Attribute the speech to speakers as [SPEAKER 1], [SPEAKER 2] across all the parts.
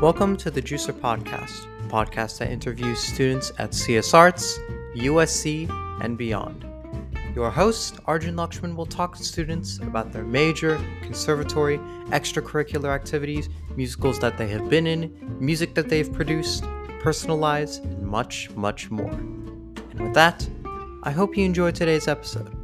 [SPEAKER 1] Welcome to the Juicer Podcast, a podcast that interviews students at CS Arts, USC, and beyond. Your host, Arjun Lakshman, will talk to students about their major, conservatory, extracurricular activities, musicals that they have been in, music that they've produced, personal lives, and much, much more. And with that, I hope you enjoyed today's episode.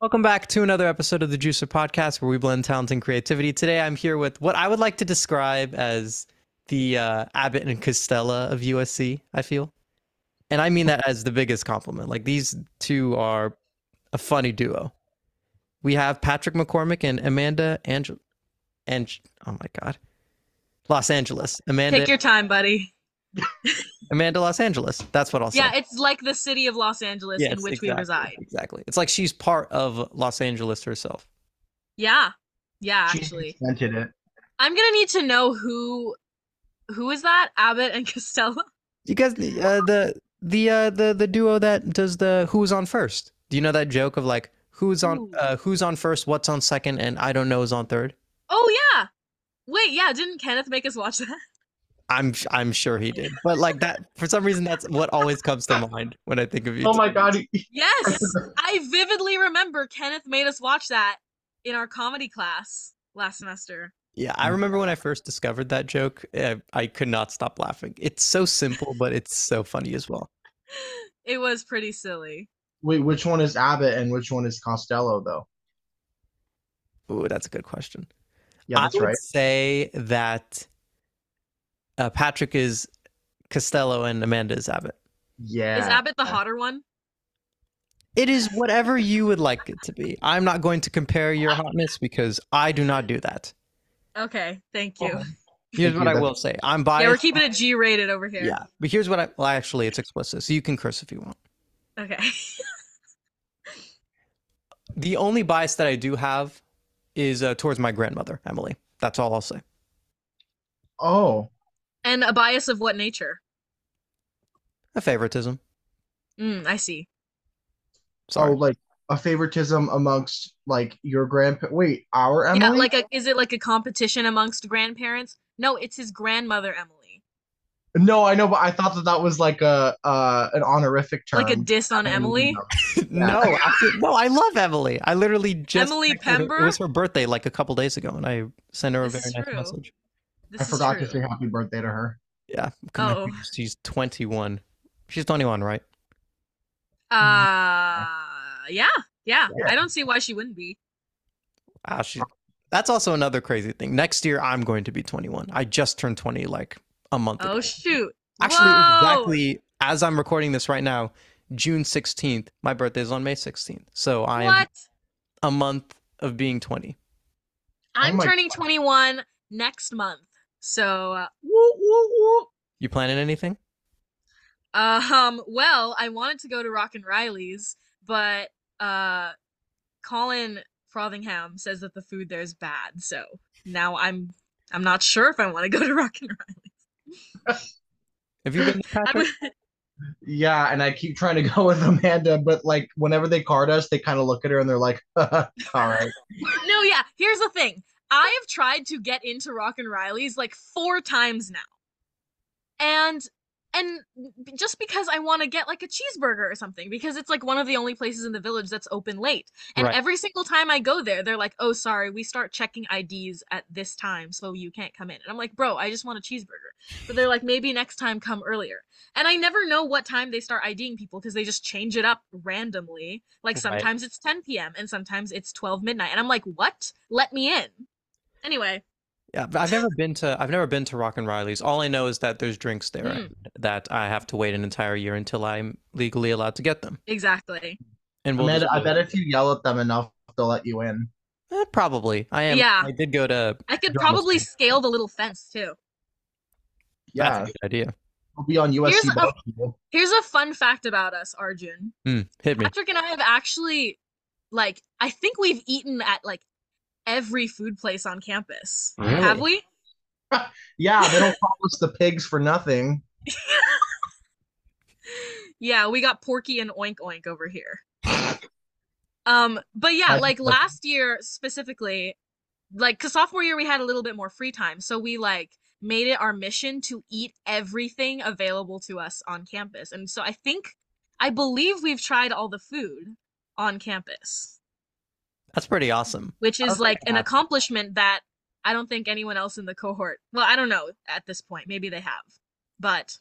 [SPEAKER 1] Welcome back to another episode of the Juicer Podcast, where we blend talent and creativity. Today, I'm here with what I would like to describe as the uh, Abbott and Costello of USC. I feel, and I mean that as the biggest compliment. Like these two are a funny duo. We have Patrick McCormick and Amanda Angel, and oh my god, Los Angeles. Amanda,
[SPEAKER 2] Take your time, buddy.
[SPEAKER 1] Amanda, Los Angeles. That's what I'll say.
[SPEAKER 2] Yeah, it's like the city of Los Angeles
[SPEAKER 1] Yes,
[SPEAKER 2] in which we
[SPEAKER 1] exactly,
[SPEAKER 2] reside.
[SPEAKER 1] Exactly. It's like she's part of Los Angeles herself.
[SPEAKER 2] Yeah. Yeah,
[SPEAKER 3] She
[SPEAKER 2] actually.
[SPEAKER 3] invented it.
[SPEAKER 2] I'm going to need to know who who is that? Abbott and Costello?
[SPEAKER 1] You guys, uh, the the uh, the the duo that does the who's on first. Do you know that joke of like who's on
[SPEAKER 2] Ooh.
[SPEAKER 1] uh, who's on first, what's on second, and I don't know is on third?
[SPEAKER 2] Oh yeah. Wait, yeah, didn't Kenneth make us watch that?
[SPEAKER 1] I'm sh- I'm sure he did, but like that for some reason that's what always comes to mind when I think of you.
[SPEAKER 3] Oh
[SPEAKER 1] two.
[SPEAKER 3] my god.
[SPEAKER 2] Yes. I vividly remember Kenneth made us watch that in our comedy class last semester.
[SPEAKER 1] Yeah, I remember when I first discovered that joke, I, I could not stop laughing. It's so simple, but it's so funny as well.
[SPEAKER 2] It was pretty silly.
[SPEAKER 3] Wait, which one is Abbott and which one is Costello though?
[SPEAKER 1] Ooh, that's a good question.
[SPEAKER 3] Yeah, that's
[SPEAKER 1] I would
[SPEAKER 3] right.
[SPEAKER 1] say that uh, Patrick is Costello and Amanda is Abbott.
[SPEAKER 3] Yeah.
[SPEAKER 2] Is Abbott the hotter one?
[SPEAKER 1] It is whatever you would like it to be. I'm not going to compare your hotness because I do not do that.
[SPEAKER 2] Okay, thank you.
[SPEAKER 3] Oh,
[SPEAKER 1] Here's what
[SPEAKER 3] Thank you,
[SPEAKER 1] I
[SPEAKER 3] that's-
[SPEAKER 1] will say. I'm
[SPEAKER 2] yeah, we're
[SPEAKER 1] biased.
[SPEAKER 2] keeping it G rated over here.
[SPEAKER 1] Yeah, but here's what I well actually it's explicit, so you can curse if you want.
[SPEAKER 2] Okay.
[SPEAKER 1] The only bias that I do have is uh, towards my grandmother, Emily. That's all I'll say.
[SPEAKER 3] Oh,
[SPEAKER 2] And a bias of what nature?
[SPEAKER 1] A favoritism.
[SPEAKER 2] Mm, I see.
[SPEAKER 3] so
[SPEAKER 1] Sorry.
[SPEAKER 3] like a favoritism amongst like your grandpa. Wait, our Emily.
[SPEAKER 2] Yeah, like a is it like a competition amongst grandparents? No, it's his grandmother Emily.
[SPEAKER 3] no, I know, but I thought that that was like a uh an honorific term.
[SPEAKER 2] Like a diss on Emily.
[SPEAKER 3] Oh,
[SPEAKER 1] no, I, no, I love Emily. I literally just
[SPEAKER 2] Emily
[SPEAKER 1] texted her-
[SPEAKER 2] Pember?
[SPEAKER 1] It was her birthday like a couple days ago, and I sent her a
[SPEAKER 2] This
[SPEAKER 1] very
[SPEAKER 2] is
[SPEAKER 1] nice
[SPEAKER 2] true.
[SPEAKER 1] message.
[SPEAKER 2] This
[SPEAKER 3] I
[SPEAKER 2] is
[SPEAKER 3] forgot to
[SPEAKER 2] true.
[SPEAKER 3] say happy birthday to her.
[SPEAKER 1] Yeah, connect-
[SPEAKER 2] Oh.
[SPEAKER 1] she's 21. She's 21, right?
[SPEAKER 2] Uh yeah, yeah.
[SPEAKER 3] Yeah.
[SPEAKER 2] I don't see why she wouldn't be.
[SPEAKER 1] Ah, she, that's also another crazy thing. Next year, I'm going to be 21. I just turned 20 like a month ago.
[SPEAKER 2] Oh shoot.
[SPEAKER 1] Actually,
[SPEAKER 2] Whoa!
[SPEAKER 1] exactly as I'm recording this right now, June 16th, my birthday is on May 16th. So I am
[SPEAKER 2] What?
[SPEAKER 3] Oh
[SPEAKER 1] a month of being 20.
[SPEAKER 2] I'm
[SPEAKER 3] my
[SPEAKER 2] turning
[SPEAKER 3] God.
[SPEAKER 2] 21 next month. So uh, woo, woo, woo.
[SPEAKER 1] You planning anything?
[SPEAKER 2] Um, well, I wanted to go to Rock and Riley's, but uh Colin Frothingham says that the food there is bad, so now I'm I'm not sure if I want to go to Rock and
[SPEAKER 1] Have you been to
[SPEAKER 2] Riley.
[SPEAKER 1] Patrick?
[SPEAKER 3] Yeah, and I keep trying to go with Amanda, but like whenever they card us, they kind of look at her and they're like, "All right."
[SPEAKER 2] no, yeah, here's the thing. I have tried to get into Rock and Riley's like four times now. And and b- just because I want to get like a cheeseburger or something because it's like one of the only places in the village that's open late. And
[SPEAKER 1] Right.
[SPEAKER 2] every single time I go there, they're like, "Oh, sorry, we start checking IDs at this time, so you can't come in." And I'm like, "Bro, I just want a cheeseburger." But they're like, "Maybe next time come earlier." And I never know what time they start IDing people because they just change it up randomly. Like
[SPEAKER 1] Right.
[SPEAKER 2] sometimes it's 10 p.m. and sometimes it's 12 midnight. And I'm like, what? Let me in. Anyway,
[SPEAKER 1] Yeah, but I've never been to I've never been to Rock and Riley's. All I know is that there's drinks there
[SPEAKER 2] Mm.
[SPEAKER 1] and that I have to wait an entire year until I'm legally allowed to get them.
[SPEAKER 2] exactly.
[SPEAKER 1] And we'll
[SPEAKER 3] Amanda,
[SPEAKER 1] just
[SPEAKER 3] I
[SPEAKER 1] go-
[SPEAKER 3] bet if you yell at them enough, they'll let you in.
[SPEAKER 1] Eh, probably. I am
[SPEAKER 2] Yeah.
[SPEAKER 1] I did go to
[SPEAKER 2] I could
[SPEAKER 1] You're almost
[SPEAKER 2] probably
[SPEAKER 1] there.
[SPEAKER 2] scale the little fence too.
[SPEAKER 1] that's a
[SPEAKER 3] Yeah,
[SPEAKER 1] good idea.
[SPEAKER 3] we'll be on USC.
[SPEAKER 2] Here's a-
[SPEAKER 3] basketball.
[SPEAKER 2] Here's a fun fact about us, Arjun.
[SPEAKER 1] Hmm, hit me.
[SPEAKER 2] Patrick and I have actually, like, I think we've eaten at like every food place on campus. Have we?
[SPEAKER 3] Yeah, they don't call us the pigs for nothing.
[SPEAKER 2] Yeah, we got Porky and Oink Oink over here. Um, but yeah,
[SPEAKER 3] I-
[SPEAKER 2] like
[SPEAKER 3] I-
[SPEAKER 2] last year specifically, like cause sophomore year we had a little bit more free time, so we like made it our mission to eat everything available to us on campus. And so I think I believe we've tried all the food on campus,
[SPEAKER 1] That's pretty awesome.
[SPEAKER 2] which is
[SPEAKER 3] Okay,
[SPEAKER 2] like an
[SPEAKER 3] that's-
[SPEAKER 2] accomplishment that I don't think anyone else in the cohort, well, I don't know at this point, maybe they have, but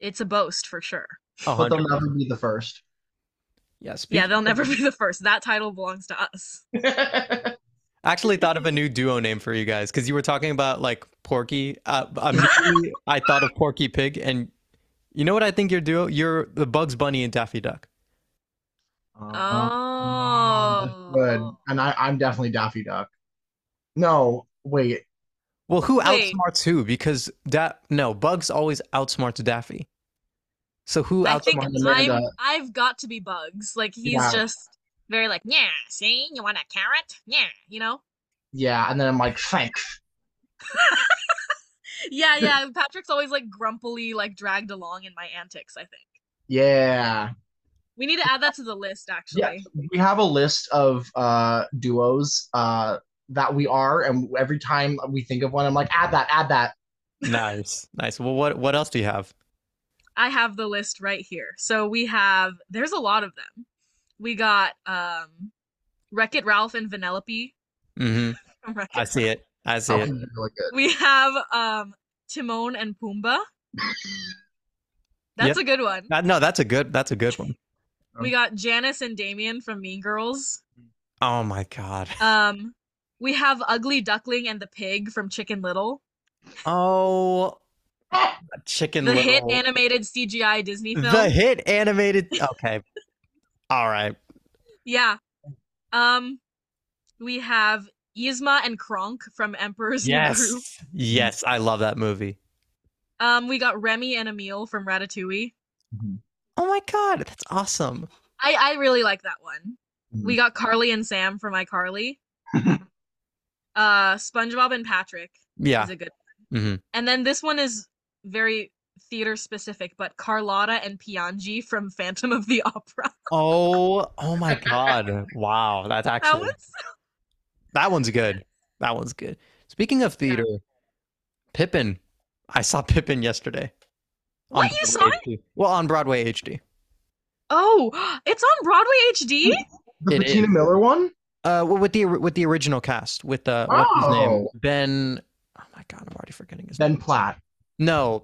[SPEAKER 2] it's a boast for sure.
[SPEAKER 1] A
[SPEAKER 3] but they'll
[SPEAKER 1] hundred-
[SPEAKER 3] never be the first.
[SPEAKER 1] Yeah,
[SPEAKER 2] Yeah,
[SPEAKER 1] speaking-
[SPEAKER 2] they'll never be the first. That title belongs to us.
[SPEAKER 1] I actually thought of a new duo name for you guys because you were talking about like Porky. Uh, immediately I thought of Porky Pig, and you know what I think your duo? You're the Bugs Bunny and Daffy Duck.
[SPEAKER 2] Uh-huh.
[SPEAKER 3] Uh,
[SPEAKER 2] Oh.
[SPEAKER 3] Good. And I, I'm definitely Daffy Duck. No, wait.
[SPEAKER 1] Well, who
[SPEAKER 2] Wait.
[SPEAKER 1] outsmarts who? Because that no, Bugs always outsmarts Daffy. So who
[SPEAKER 2] I
[SPEAKER 1] outsmarts?
[SPEAKER 2] think
[SPEAKER 3] outsmarted
[SPEAKER 2] I'm,
[SPEAKER 3] Amanda.
[SPEAKER 2] I've got to be Bugs. Like he's
[SPEAKER 3] Yeah.
[SPEAKER 2] just very like, yeah, see, you want a carrot? Yeah, you know?
[SPEAKER 3] Yeah, and then I'm like, thanks.
[SPEAKER 2] Yeah, yeah. Patrick's always like grumpily like dragged along in my antics, I think.
[SPEAKER 3] Yeah.
[SPEAKER 2] We need to add that to the list actually.
[SPEAKER 3] Yeah. We have a list of uh duos uh that we are, and every time we think of one, I'm like, add that, add that.
[SPEAKER 1] nice, nice. Well, what what else do you have?
[SPEAKER 2] I have the list right here. So we have there's a lot of them. We got um Wreck It Ralph and Vanellope.
[SPEAKER 1] hmm
[SPEAKER 2] from Wreck-It
[SPEAKER 1] I see it. I see
[SPEAKER 3] That
[SPEAKER 1] it.
[SPEAKER 2] Um,
[SPEAKER 3] one's really good.
[SPEAKER 2] We have um Timon and Pumbaa. That's
[SPEAKER 1] Yep.
[SPEAKER 2] a good one.
[SPEAKER 1] That- Uh, no, that's a good. That's a good one. Um,
[SPEAKER 2] We got Janice and Damien from Mean Girls.
[SPEAKER 1] Oh my god.
[SPEAKER 2] Um we have Ugly Duckling and the Pig from Chicken Little.
[SPEAKER 1] Oh, Chicken
[SPEAKER 2] the
[SPEAKER 1] Little.
[SPEAKER 2] hit animated CGI Disney film.
[SPEAKER 1] The hit animated. Okay. All right.
[SPEAKER 2] yeah. Um we have Yzma and Kronk from Emperor's New Groove.
[SPEAKER 1] Yes. Yes, I love that movie.
[SPEAKER 2] Um we got Remy and Emile from Ratatouille.
[SPEAKER 1] Oh my god, that's awesome.
[SPEAKER 2] I I really like that one. We
[SPEAKER 1] Mm-hmm.
[SPEAKER 2] got Carly and Sam from iCarly. uh SpongeBob and Patrick
[SPEAKER 1] Yeah.
[SPEAKER 2] is a good
[SPEAKER 1] hmm
[SPEAKER 2] And then this one is very theater specific, but Carlotta and Pianji from Phantom of the Opera.
[SPEAKER 1] Oh, oh my god. Wow, that's
[SPEAKER 2] That
[SPEAKER 1] actually
[SPEAKER 2] was
[SPEAKER 1] that one's good. That one's good. Speaking of theater, Pippin. I saw Pippin yesterday. on
[SPEAKER 2] What, you saw
[SPEAKER 1] Broadway HD. Well, on Broadway HD.
[SPEAKER 2] oh, it's on Broadway HD.
[SPEAKER 1] Mm-hmm.
[SPEAKER 3] The
[SPEAKER 1] It
[SPEAKER 3] Bettina
[SPEAKER 1] is.
[SPEAKER 3] Miller one?
[SPEAKER 1] Uh, well, with the or- with the original cast, with uh, what's his name?
[SPEAKER 3] Oh.
[SPEAKER 1] Ben. Oh my god, I'm already forgetting his
[SPEAKER 3] Ben
[SPEAKER 1] name.
[SPEAKER 3] Platt.
[SPEAKER 1] No,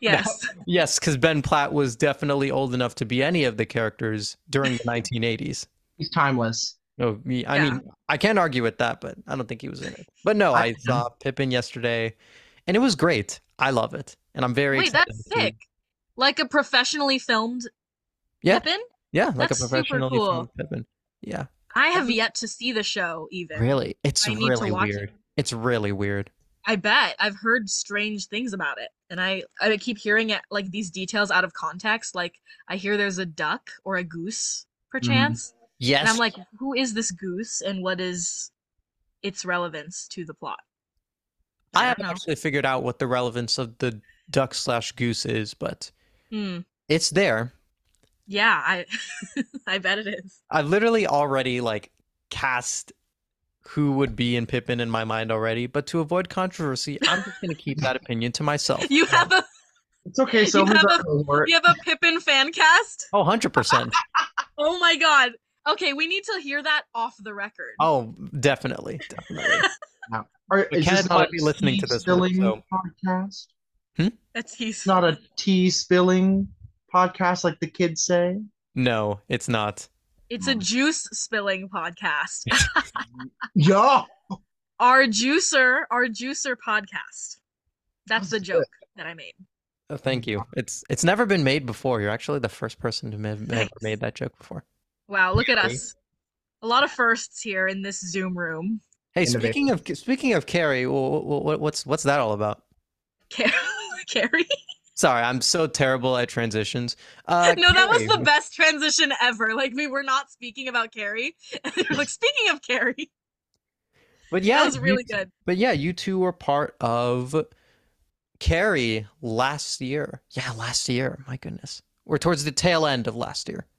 [SPEAKER 2] Yes,
[SPEAKER 1] Yes, because Ben Platt was definitely old enough to be any of the characters during the 1980s.
[SPEAKER 3] He's timeless.
[SPEAKER 1] No, me, I
[SPEAKER 2] Yeah.
[SPEAKER 1] mean, I can't argue with that, but I don't think he was in it. But no,
[SPEAKER 3] I
[SPEAKER 1] I
[SPEAKER 3] don't know.
[SPEAKER 1] saw Pippin yesterday, and it was great. I love it, and I'm very
[SPEAKER 2] wait,
[SPEAKER 1] excited
[SPEAKER 2] that's
[SPEAKER 1] to-
[SPEAKER 2] sick. Like a professionally filmed
[SPEAKER 1] Yeah.
[SPEAKER 2] Pippin.
[SPEAKER 1] Yeah, like
[SPEAKER 2] That's
[SPEAKER 1] a
[SPEAKER 2] super
[SPEAKER 1] professional
[SPEAKER 2] cool.
[SPEAKER 1] Pippin. Yeah,
[SPEAKER 2] I have yet to see the show even.
[SPEAKER 1] really, it's
[SPEAKER 2] I need to
[SPEAKER 1] really
[SPEAKER 2] watch it.
[SPEAKER 1] weird. It's really weird.
[SPEAKER 2] I bet I've heard strange things about it, and I I keep hearing it like these details out of context. Like I hear there's a duck or a goose,
[SPEAKER 3] Mm-hmm.
[SPEAKER 2] perchance.
[SPEAKER 1] Yes,
[SPEAKER 2] And I'm like, who is this goose and what is its relevance to the plot?
[SPEAKER 1] I
[SPEAKER 2] don't
[SPEAKER 1] haven't
[SPEAKER 2] know.
[SPEAKER 1] actually figured out what the relevance of the duck slash goose is, but
[SPEAKER 2] Hmm.
[SPEAKER 1] it's there.
[SPEAKER 2] Yeah, I I bet it is.
[SPEAKER 1] I've literally already like cast who would be in Pippin in my mind already, but to avoid controversy, I'm just gonna keep that opinion to myself.
[SPEAKER 2] You have a
[SPEAKER 3] It's okay, so
[SPEAKER 2] You
[SPEAKER 3] we
[SPEAKER 2] have
[SPEAKER 3] got
[SPEAKER 2] a-
[SPEAKER 3] cohort.
[SPEAKER 2] you have a Pippin fan cast?
[SPEAKER 1] Oh, 100%.
[SPEAKER 2] Oh my god. Okay, we need to hear that off the record.
[SPEAKER 1] Oh, definitely. Definitely.
[SPEAKER 3] Are,
[SPEAKER 1] But
[SPEAKER 3] is this
[SPEAKER 1] Kenneth
[SPEAKER 3] not
[SPEAKER 1] might
[SPEAKER 3] a
[SPEAKER 1] be listening to
[SPEAKER 3] tea
[SPEAKER 1] this one,
[SPEAKER 3] spilling
[SPEAKER 1] so-
[SPEAKER 3] podcast?
[SPEAKER 2] That's he's
[SPEAKER 3] It's not a tea spilling podcast like the kids say.
[SPEAKER 1] No, it's not.
[SPEAKER 2] it's a juice spilling podcast.
[SPEAKER 3] Yeah.
[SPEAKER 2] our juicer, our juicer podcast. That's the joke that I made.
[SPEAKER 1] Oh, thank
[SPEAKER 2] Mm.
[SPEAKER 1] you. It's it's never been made before. You're actually the first person to have ever made that joke before.
[SPEAKER 2] Wow, look at
[SPEAKER 3] Really?
[SPEAKER 2] us. A lot of firsts here in this Zoom room.
[SPEAKER 1] Hey,
[SPEAKER 3] Innovative.
[SPEAKER 1] speaking of speaking of Carrie, what, what's what's that all about?
[SPEAKER 2] Car- Carrie?
[SPEAKER 1] Sorry, I'm so terrible at transitions. Uh,
[SPEAKER 2] no, that was
[SPEAKER 1] Carrie,
[SPEAKER 2] the best transition ever. Like we were not speaking about Carrie. And you're like speaking of Carrie,
[SPEAKER 1] But yeah,
[SPEAKER 2] that was
[SPEAKER 1] you
[SPEAKER 2] really good.
[SPEAKER 1] But yeah, you two were part of Carrie last year. Yeah, last year. My goodness. We're towards the tail end of last year.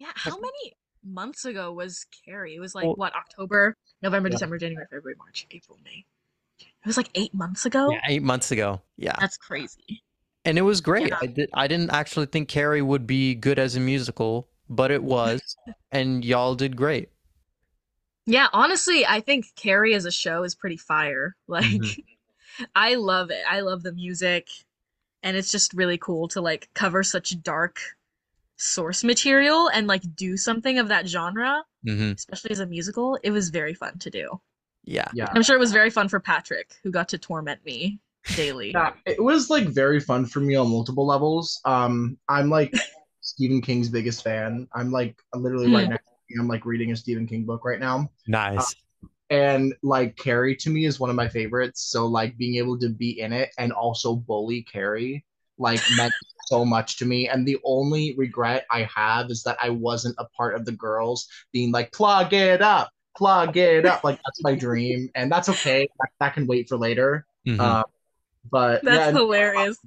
[SPEAKER 2] Yeah, how many months ago was Carrie? It was like
[SPEAKER 1] Well-
[SPEAKER 2] what October, November,
[SPEAKER 3] Yeah.
[SPEAKER 2] December, January, February, March, April, May. It was like eight months ago.
[SPEAKER 1] Yeah, eight months ago. Oh. Yeah.
[SPEAKER 2] That's crazy.
[SPEAKER 1] and it was great.
[SPEAKER 2] Yeah.
[SPEAKER 1] I, did, I didn't actually think Carrie would be good as a musical, but it was, and y'all did great.
[SPEAKER 2] Yeah, honestly, I think Carrie as a show is pretty fire. Like,
[SPEAKER 1] Mhm.
[SPEAKER 2] I love it. I love the music, and it's just really cool to like cover such dark source material and like do something of that genre,
[SPEAKER 1] Mm-hmm.
[SPEAKER 2] especially as a musical. It was very fun to do.
[SPEAKER 1] Yeah,
[SPEAKER 3] Yeah.
[SPEAKER 2] I'm sure it was very fun for Patrick, who got to torment me daily.
[SPEAKER 3] Yeah, it was like very fun for me on multiple levels. Um, I'm like Stephen King's biggest fan. I'm like literally right
[SPEAKER 2] Hmm.
[SPEAKER 3] now. I'm like reading a Stephen King book right now,
[SPEAKER 1] nice.
[SPEAKER 3] and like Carrie to me is one of my favorites. So like being able to be in it and also bully Carrie like meant so much to me. And the only regret I have is that I wasn't a part of the girls being like plug it up, plug it up. Like that's my dream, and that's okay. That, that can wait for later.
[SPEAKER 1] Mhm.
[SPEAKER 3] Uh, but
[SPEAKER 2] That's
[SPEAKER 3] yeah,
[SPEAKER 2] hilarious.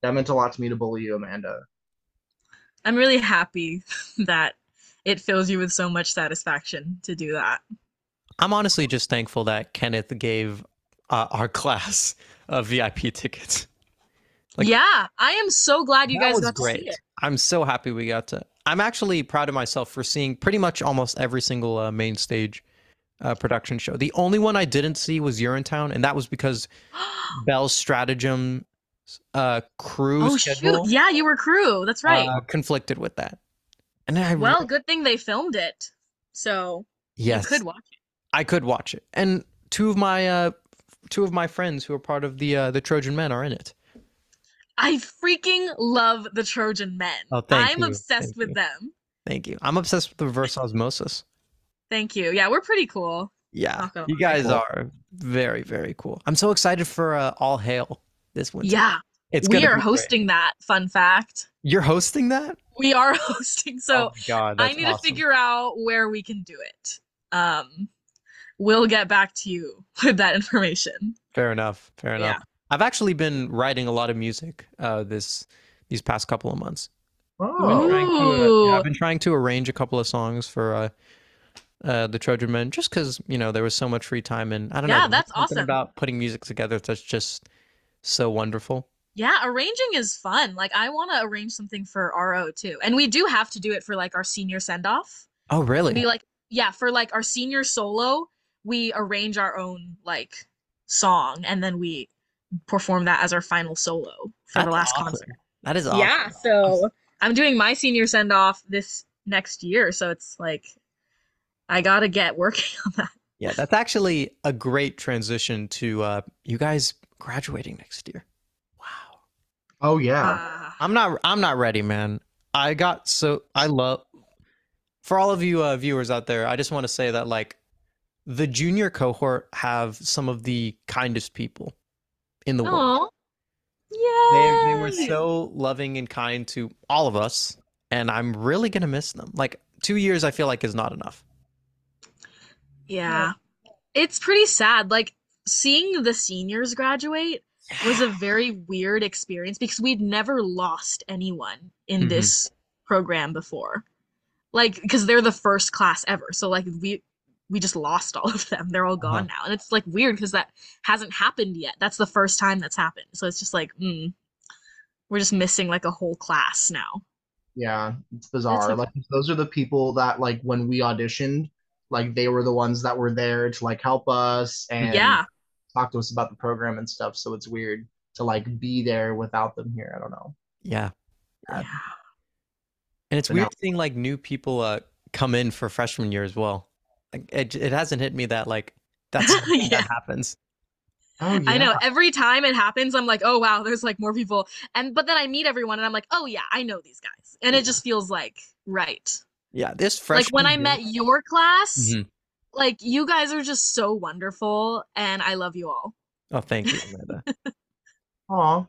[SPEAKER 3] that meant a lot to me to bully you, Amanda.
[SPEAKER 2] I'm really happy that it fills you with so much satisfaction to do that.
[SPEAKER 1] I'm honestly just thankful that Kenneth gave uh, our class uh, VIP tickets. Like-
[SPEAKER 2] yeah, I am so glad you
[SPEAKER 1] That
[SPEAKER 2] guys
[SPEAKER 1] was
[SPEAKER 2] got
[SPEAKER 1] great.
[SPEAKER 2] to see it.
[SPEAKER 1] I'm so happy we got to. I'm actually proud of myself for seeing pretty much almost every single uh, main stage uh, production show. The only one I didn't see was Urinetown, and that was because Bell's Stratagem uh, crew
[SPEAKER 2] oh shoot!
[SPEAKER 1] schedule
[SPEAKER 2] Yeah, you were crew. That's right.
[SPEAKER 1] uh, conflicted with that. And I re-
[SPEAKER 2] well, good thing they filmed it, so
[SPEAKER 1] yes,
[SPEAKER 2] you could watch it.
[SPEAKER 1] I could watch it. And two of my uh, two of my friends who are part of the uh, the Trojan Men are in it.
[SPEAKER 2] I freaking love the Trojan Men.
[SPEAKER 1] Oh, thank
[SPEAKER 2] I'm
[SPEAKER 1] you,
[SPEAKER 2] obsessed
[SPEAKER 1] thank
[SPEAKER 2] with
[SPEAKER 1] you.
[SPEAKER 2] them.
[SPEAKER 1] Thank you. I'm obsessed with the reverse osmosis.
[SPEAKER 2] Thank you. Yeah, we're pretty cool.
[SPEAKER 1] Yeah,
[SPEAKER 2] Not gonna
[SPEAKER 1] you
[SPEAKER 2] lie.
[SPEAKER 1] guys
[SPEAKER 3] Cool.
[SPEAKER 1] are very, very cool. I'm so excited for uh, All Hail this winter.
[SPEAKER 2] Yeah,
[SPEAKER 1] it's
[SPEAKER 2] we
[SPEAKER 1] gonna
[SPEAKER 2] are
[SPEAKER 1] be great.
[SPEAKER 2] hosting that. Fun fact:
[SPEAKER 1] You're hosting that?
[SPEAKER 2] we are hosting. So
[SPEAKER 1] oh my god,
[SPEAKER 2] I
[SPEAKER 1] that's
[SPEAKER 2] need to
[SPEAKER 1] awesome.
[SPEAKER 2] figure out where we can do it. Um, we'll get back to you with that information.
[SPEAKER 1] Fair enough. Fair
[SPEAKER 2] Yeah.
[SPEAKER 1] enough. I've actually been writing a lot of music uh, this these past couple of months.
[SPEAKER 2] Ooh.
[SPEAKER 1] Trying to, uh, yeah,
[SPEAKER 2] Ooh.
[SPEAKER 1] I've been trying to arrange a couple of songs for uh, uh, the Trojan Men, just because you know there was so much free time, and I don't know.
[SPEAKER 2] Yeah,
[SPEAKER 1] there's
[SPEAKER 2] that's
[SPEAKER 1] something
[SPEAKER 2] awesome.
[SPEAKER 1] About putting music together, that's just so wonderful.
[SPEAKER 2] Yeah, arranging is fun. Like I want to arrange something for RO too, and we do have to do it for like our senior send off.
[SPEAKER 1] Oh, really?
[SPEAKER 2] We like yeah for like our senior solo, we arrange our own like song, and then we perform that as our final solo for
[SPEAKER 1] That's
[SPEAKER 2] the last
[SPEAKER 1] awesome.
[SPEAKER 2] concert.
[SPEAKER 1] that is awesome.
[SPEAKER 2] Yeah, so I'm doing my senior send off this next year, so it's like I gotta get working on that.
[SPEAKER 1] Yeah, that's actually a great transition to uh, you guys graduating next year. Wow,
[SPEAKER 3] Oh yeah.
[SPEAKER 2] Ah.
[SPEAKER 1] I'm not I'm not ready, man. I got so I love for all of you uh, viewers out there. I just want to say that like the junior cohort have some of the kindest people in the world.
[SPEAKER 2] Aw.
[SPEAKER 1] They, they were
[SPEAKER 2] Yay!
[SPEAKER 1] so loving and kind to all of us, and I'm really gonna miss them. Like two years, I feel like is not enough.
[SPEAKER 2] Yeah. It's pretty sad. Like seeing the seniors graduate was a very weird experience because we'd never lost anyone in
[SPEAKER 1] Mhm.
[SPEAKER 2] this program before. Like because they're the first class ever. So like we we just lost all of them. They're all gone now. And it's like weird because that hasn't happened yet. That's the first time that's happened. So it's just like, mm, we're just missing like a whole class now.
[SPEAKER 3] Yeah. It's bizarre.
[SPEAKER 2] okay.
[SPEAKER 3] Like those are the people that like when we auditioned, like they were the ones that were there to like help us and
[SPEAKER 2] yeah.
[SPEAKER 3] talk to us about the program and stuff. So it's weird to like be there without them here. I don't know.
[SPEAKER 1] Yeah,
[SPEAKER 3] uh,
[SPEAKER 2] yeah.
[SPEAKER 1] And it's
[SPEAKER 3] But
[SPEAKER 1] weird
[SPEAKER 3] now-
[SPEAKER 1] seeing like new people uh, come in for freshman year as well. Like it, it hasn't hit me that like that's something
[SPEAKER 2] Yeah.
[SPEAKER 1] that happens.
[SPEAKER 3] Oh
[SPEAKER 2] I know every time it happens, I'm like, oh wow, there's like more people, and but then I meet everyone, and I'm like, oh yeah, I know these guys, and it just feels like right.
[SPEAKER 1] Yeah, this freshman.
[SPEAKER 2] like when I
[SPEAKER 1] year-
[SPEAKER 2] met your class,
[SPEAKER 1] Mhm.
[SPEAKER 2] like you guys are just so wonderful, and I love you all.
[SPEAKER 1] Oh, thank you, Amanda.
[SPEAKER 3] Aw.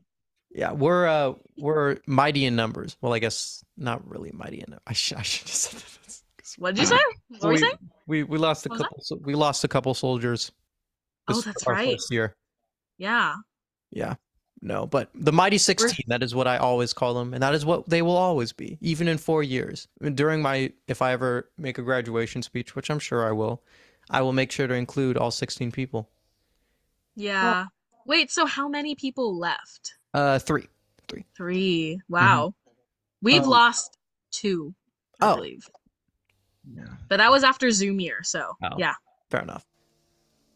[SPEAKER 1] yeah, we're uh we're mighty in numbers. Well, I guess not really mighty in. I should I should have said that. 'Cause
[SPEAKER 2] What did you say? What were
[SPEAKER 1] we,
[SPEAKER 2] you saying?
[SPEAKER 1] we we lost a
[SPEAKER 2] What was that?
[SPEAKER 1] couple. so- We lost a couple soldiers.
[SPEAKER 2] Oh, that's
[SPEAKER 1] our
[SPEAKER 2] right.
[SPEAKER 1] First year.
[SPEAKER 2] Yeah,
[SPEAKER 1] Yeah. know, but the Mighty 16, that is what I always call them. And that is what they will always be, even in four years. I mean, During my, if I ever make a graduation speech, which I'm sure I will, I will make sure to include all 16 people.
[SPEAKER 2] Yeah. Wait, so how many people left?
[SPEAKER 1] Uh, three.
[SPEAKER 2] Three. Wow. We've
[SPEAKER 3] Um,
[SPEAKER 2] lost two, I
[SPEAKER 1] Mm-hmm. Oh.
[SPEAKER 2] believe.
[SPEAKER 3] Yeah.
[SPEAKER 2] But that was after Zoom year, so
[SPEAKER 1] Oh.
[SPEAKER 2] yeah.
[SPEAKER 1] Fair enough.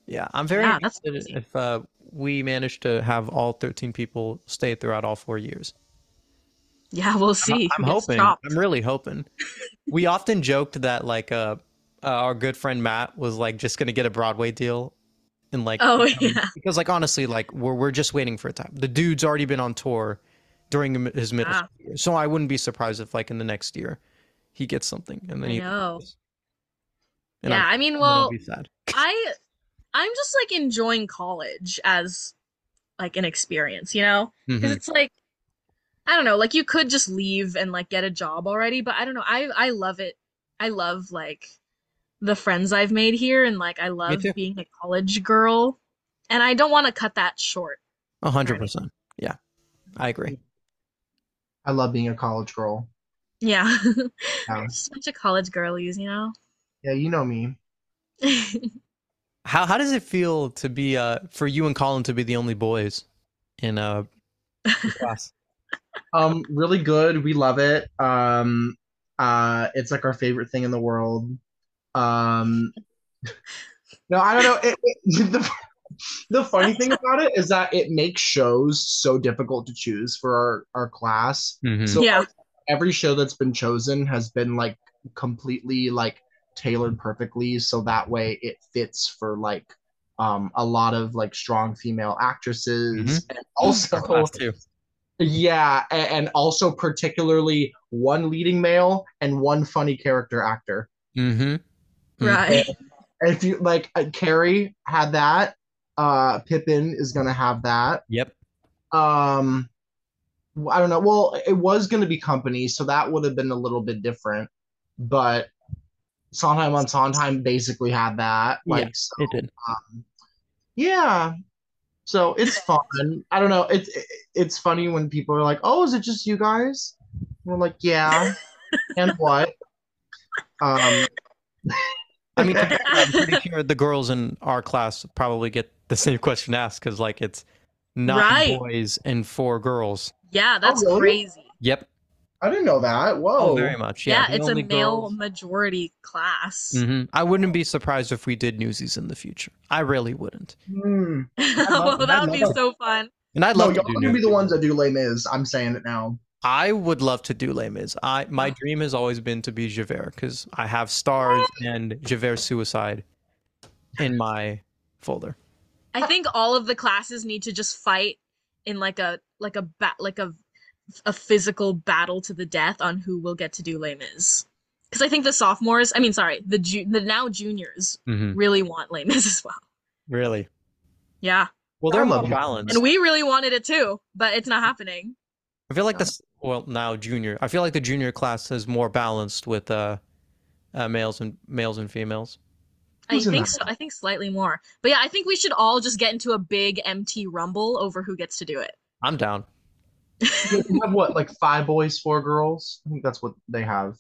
[SPEAKER 1] Yeah, I'm very
[SPEAKER 2] Yeah, that's
[SPEAKER 1] interested
[SPEAKER 2] crazy.
[SPEAKER 1] if uh, we manage to have all 13 people stay throughout all four years.
[SPEAKER 2] Yeah, we'll see.
[SPEAKER 1] I'm
[SPEAKER 2] Who gets
[SPEAKER 1] hoping.
[SPEAKER 2] chopped.
[SPEAKER 1] I'm really hoping. we often joked that like uh, uh, our good friend Matt was like just gonna get a Broadway deal, and like
[SPEAKER 2] Oh
[SPEAKER 1] become-
[SPEAKER 2] yeah.
[SPEAKER 1] because like honestly like we're we're just waiting for a time. The dude's already been on tour during him- his middle
[SPEAKER 2] Ah.
[SPEAKER 1] school year, so I wouldn't be surprised if like in the next year he gets something and then
[SPEAKER 2] I
[SPEAKER 1] he
[SPEAKER 2] know.
[SPEAKER 1] and
[SPEAKER 2] yeah,
[SPEAKER 1] I'm-
[SPEAKER 2] I mean,
[SPEAKER 1] and
[SPEAKER 2] well,
[SPEAKER 1] it'll be sad.
[SPEAKER 2] I I'm just like enjoying college as like an experience, you know? Because
[SPEAKER 1] Mhm.
[SPEAKER 2] it's like I don't know, like you could just leave and like get a job already, but I don't know. I I love it. I love like the friends I've made here and like I love
[SPEAKER 1] too.
[SPEAKER 2] being a college girl. And I don't want to cut that short.
[SPEAKER 1] A hundred percent. Yeah, I agree.
[SPEAKER 2] Mm.
[SPEAKER 3] I love being a college girl.
[SPEAKER 2] Yeah.
[SPEAKER 3] Yeah.
[SPEAKER 2] Just a bunch of college girlies, you know?
[SPEAKER 3] Yeah, you know me.
[SPEAKER 1] Mm. How how does it feel to be uh for you and Colin to be the only boys in uh your class?
[SPEAKER 3] Um, really good. We love it. Um, uh, it's like our favorite thing in the world. Um, no, I don't know. It, it, the, the funny thing about it is that it makes shows so difficult to choose for our, our class.
[SPEAKER 1] Hmm.
[SPEAKER 3] So
[SPEAKER 2] Yeah.
[SPEAKER 3] like, every show that's been chosen has been like completely like tailored perfectly so that way it fits for like um a lot of like strong female actresses and
[SPEAKER 1] Our
[SPEAKER 3] also
[SPEAKER 1] class too.
[SPEAKER 3] yeah a- and, also particularly one leading male and one funny character actor
[SPEAKER 1] Mm-hmm.
[SPEAKER 2] Right.
[SPEAKER 3] And if you like uh, Carrie had that uh Pippin is going to have that
[SPEAKER 1] Yep.
[SPEAKER 3] um w- i don't know well it was going to be company so that would have been a little bit different but Sondheim on Sondheim basically had that
[SPEAKER 1] Yeah.
[SPEAKER 3] like yeah, so,
[SPEAKER 1] It did.
[SPEAKER 3] yeah. so it's fun i don't know it's it- it's funny when people are like oh is it just you guys we're like yeah and what um
[SPEAKER 1] I mean, to be fair, I'm pretty sure the girls in our class probably get the same question asked because like it's nine
[SPEAKER 2] Right.
[SPEAKER 1] boys and four girls.
[SPEAKER 2] Yeah, that's
[SPEAKER 3] really?
[SPEAKER 2] crazy.
[SPEAKER 1] Yep.
[SPEAKER 3] i didn't know that whoa
[SPEAKER 1] Oh, very much.
[SPEAKER 2] Yeah,
[SPEAKER 1] Yeah.
[SPEAKER 2] it's a male majority class.
[SPEAKER 1] hmm I wouldn't be surprised if we did Newsies in the future. I really wouldn't.
[SPEAKER 3] Hmm.
[SPEAKER 2] Oh,
[SPEAKER 1] love- I
[SPEAKER 2] that would be
[SPEAKER 1] love-
[SPEAKER 2] so fun.
[SPEAKER 1] And I'd
[SPEAKER 3] no
[SPEAKER 1] love
[SPEAKER 3] y'all
[SPEAKER 1] to do
[SPEAKER 3] are gonna be the
[SPEAKER 1] Newsies.
[SPEAKER 3] ones that do Les Mis i'm saying it now
[SPEAKER 1] I would love to do Les Mis. I my
[SPEAKER 2] Oh.
[SPEAKER 1] dream has always been to be Javert because I have stars and Javert suicide in my folder.
[SPEAKER 2] I think all of the classes need to just fight in like a like a bat like a a physical battle to the death on who will get to do Les Mis. Because I think the sophomores, I mean, sorry, the ju- the now juniors
[SPEAKER 1] Mm-hmm.
[SPEAKER 3] Hmm.
[SPEAKER 2] really want Les Mis as well.
[SPEAKER 1] Really?
[SPEAKER 2] Yeah,
[SPEAKER 1] Well,
[SPEAKER 3] I
[SPEAKER 1] they're
[SPEAKER 3] love
[SPEAKER 1] more
[SPEAKER 3] you.
[SPEAKER 1] balanced.
[SPEAKER 2] and we really wanted it too, but it's not happening.
[SPEAKER 1] I feel like this. Well, now junior. I feel like the junior class is more balanced with uh, uh males and males and females.
[SPEAKER 2] I
[SPEAKER 3] Who's in
[SPEAKER 2] think
[SPEAKER 3] that
[SPEAKER 2] so. I think slightly more, but yeah, I think we should all just get into a big MT rumble over who gets to do it.
[SPEAKER 1] I'm down.
[SPEAKER 3] you have what like five boys four girls i think that's what they have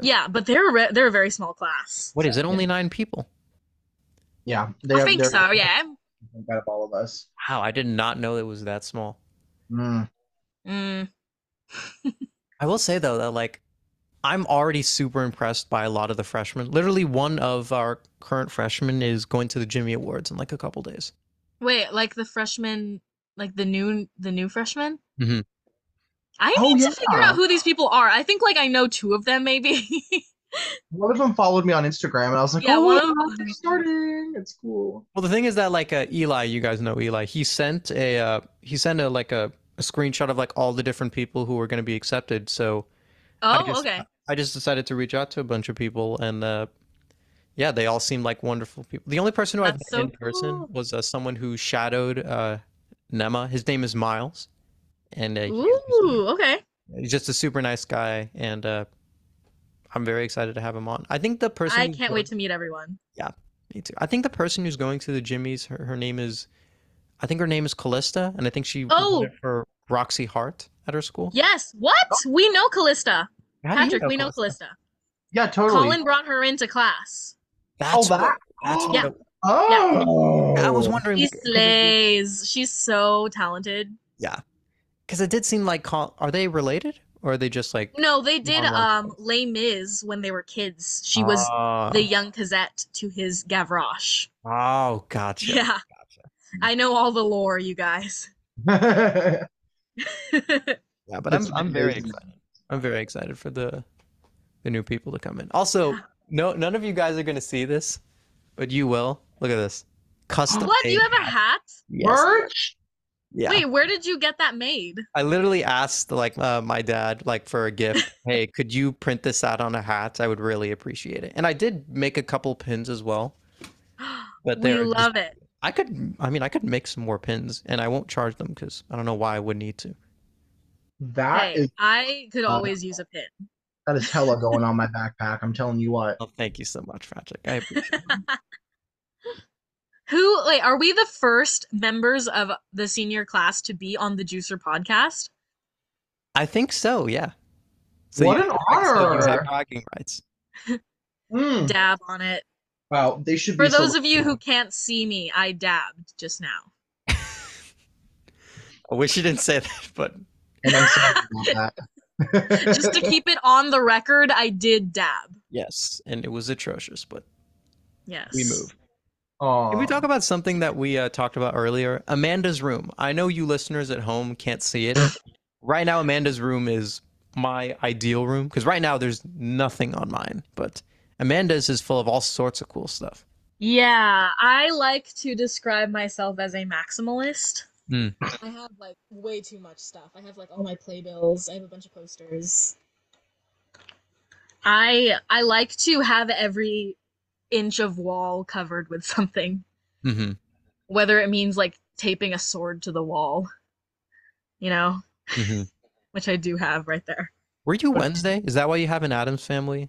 [SPEAKER 2] Yeah, but they're a re- they're a very small class.
[SPEAKER 1] What is it? Only nine people.
[SPEAKER 3] Yeah, they
[SPEAKER 2] I
[SPEAKER 3] have-
[SPEAKER 2] think
[SPEAKER 3] they're-
[SPEAKER 2] so. Yeah.
[SPEAKER 3] Out of all of us.
[SPEAKER 1] Wow, I did not know it was that small.
[SPEAKER 3] Mm.
[SPEAKER 2] Mm.
[SPEAKER 1] I will say though that like I'm already super impressed by a lot of the freshmen. Literally one of our current freshmen is going to the Jimmy Awards in like a couple days.
[SPEAKER 2] Wait, like the freshman, like the new the new freshman?
[SPEAKER 1] Mhm.
[SPEAKER 2] I
[SPEAKER 3] Oh,
[SPEAKER 2] need to figure
[SPEAKER 3] yeah.
[SPEAKER 2] out who these people are. I think like I know two of them maybe.
[SPEAKER 3] One of them followed me on Instagram, and I was like,
[SPEAKER 2] Yeah,
[SPEAKER 3] "Oh,
[SPEAKER 2] one
[SPEAKER 3] one
[SPEAKER 2] of them-
[SPEAKER 3] they're starting. It's cool."
[SPEAKER 1] Well, the thing is that like uh, Eli, you guys know Eli. He sent a uh, he sent a like a, a screenshot of like all the different people who were going to be accepted. So I
[SPEAKER 2] Oh,
[SPEAKER 1] just,
[SPEAKER 2] okay.
[SPEAKER 1] I just decided to reach out to a bunch of people, and uh, yeah, they all seemed like wonderful people. The only person who I met
[SPEAKER 2] That's so
[SPEAKER 1] in person
[SPEAKER 2] cool.
[SPEAKER 1] was uh, someone who shadowed uh, Nema. His name is Miles, and uh, he-
[SPEAKER 2] Ooh, okay.
[SPEAKER 1] he's just a super nice guy, and uh, I'm very excited to have him on. I think the person
[SPEAKER 2] I
[SPEAKER 1] who's
[SPEAKER 2] can't
[SPEAKER 1] going-
[SPEAKER 2] wait to meet everyone.
[SPEAKER 1] me too. I think the person who's going to the Jimmys, her, her name is I think her name is Callista, and I think she
[SPEAKER 2] Oh.
[SPEAKER 1] went for Roxy Hart at her school.
[SPEAKER 2] Yes. What? We know Callista.
[SPEAKER 1] How do you
[SPEAKER 2] Patrick, we know Callista.
[SPEAKER 3] Yeah, totally.
[SPEAKER 2] Colin brought her into class.
[SPEAKER 1] That's
[SPEAKER 3] Oh, that-
[SPEAKER 1] what- that's what
[SPEAKER 2] Yeah.
[SPEAKER 1] it-
[SPEAKER 3] Oh,
[SPEAKER 1] I was wondering.
[SPEAKER 2] She
[SPEAKER 1] because it did-
[SPEAKER 2] slays. She's so talented.
[SPEAKER 1] Yeah, because it did seem like Col- are they related or are they just like
[SPEAKER 2] No, they did
[SPEAKER 1] Marvel.
[SPEAKER 2] um Les Mis when they were kids. She was
[SPEAKER 1] Ah.
[SPEAKER 2] the young Cosette to his Gavroche.
[SPEAKER 1] Oh, gotcha.
[SPEAKER 2] Yeah.
[SPEAKER 1] Gotcha.
[SPEAKER 2] I know all the lore, you guys.
[SPEAKER 3] wondering.
[SPEAKER 1] Yeah, but
[SPEAKER 3] That's
[SPEAKER 1] I'm I'm very
[SPEAKER 3] amazing.
[SPEAKER 1] excited. I'm very excited for the the new people to come in. Also, no none of you guys are gonna see this, but you will. Look at this. Custom.
[SPEAKER 2] what? Do you
[SPEAKER 1] made
[SPEAKER 2] have a
[SPEAKER 1] hat.
[SPEAKER 2] hat?
[SPEAKER 1] Yes.
[SPEAKER 3] Merch?
[SPEAKER 1] Yeah.
[SPEAKER 2] Wait, where did you get that made?
[SPEAKER 1] I literally asked like uh, my dad like for a gift. hey, could you print this out on a hat? I would really appreciate it. And I did make a couple pins as well. But
[SPEAKER 2] we
[SPEAKER 1] they're just-
[SPEAKER 2] love it.
[SPEAKER 1] I could. I mean, I could make some more pins, and I won't charge them because I don't know why I would need to.
[SPEAKER 3] That
[SPEAKER 2] Hey,
[SPEAKER 3] is
[SPEAKER 2] I could
[SPEAKER 3] uh,
[SPEAKER 2] always use a pin.
[SPEAKER 3] that is hella going on my backpack. I'm telling you what.
[SPEAKER 1] Oh, thank you so much, Patrick. I appreciate it.
[SPEAKER 2] Who wait, are we the first members of the senior class to be on the Juicer podcast?
[SPEAKER 1] I think so. Yeah.
[SPEAKER 3] What
[SPEAKER 1] you
[SPEAKER 3] an
[SPEAKER 1] can still use our
[SPEAKER 3] honor.
[SPEAKER 1] Bragging rights. Hmm.
[SPEAKER 3] Mm.
[SPEAKER 2] Dab on it.
[SPEAKER 3] Wow, they should
[SPEAKER 2] For
[SPEAKER 3] be. so
[SPEAKER 2] those of you
[SPEAKER 3] lucky.
[SPEAKER 2] who can't see me, I dabbed just now.
[SPEAKER 1] I wish you didn't say that, but
[SPEAKER 3] and I'm sorry about that.
[SPEAKER 2] Just to keep it on the record, I did dab.
[SPEAKER 1] yes, and it was atrocious. But
[SPEAKER 2] Yes.
[SPEAKER 1] we move.
[SPEAKER 3] Aw.
[SPEAKER 1] Can we talk about something that we uh, talked about earlier? Amanda's room. I know you listeners at home can't see it. right now, Amanda's room is my ideal room because right now there's nothing on mine, but Amanda's is full of all sorts of cool stuff.
[SPEAKER 2] Yeah, I like to describe myself as a maximalist.
[SPEAKER 1] Hmm.
[SPEAKER 2] I have like way too much stuff. I have like all my playbills. I have a bunch of posters. I I like to have every inch of wall covered with something,
[SPEAKER 1] Mm-hmm.
[SPEAKER 2] whether it means like taping a sword to the wall, you know,
[SPEAKER 3] mm-hmm.
[SPEAKER 2] which I do have right there.
[SPEAKER 1] Were you Wednesday? Is that why you have an Adams family?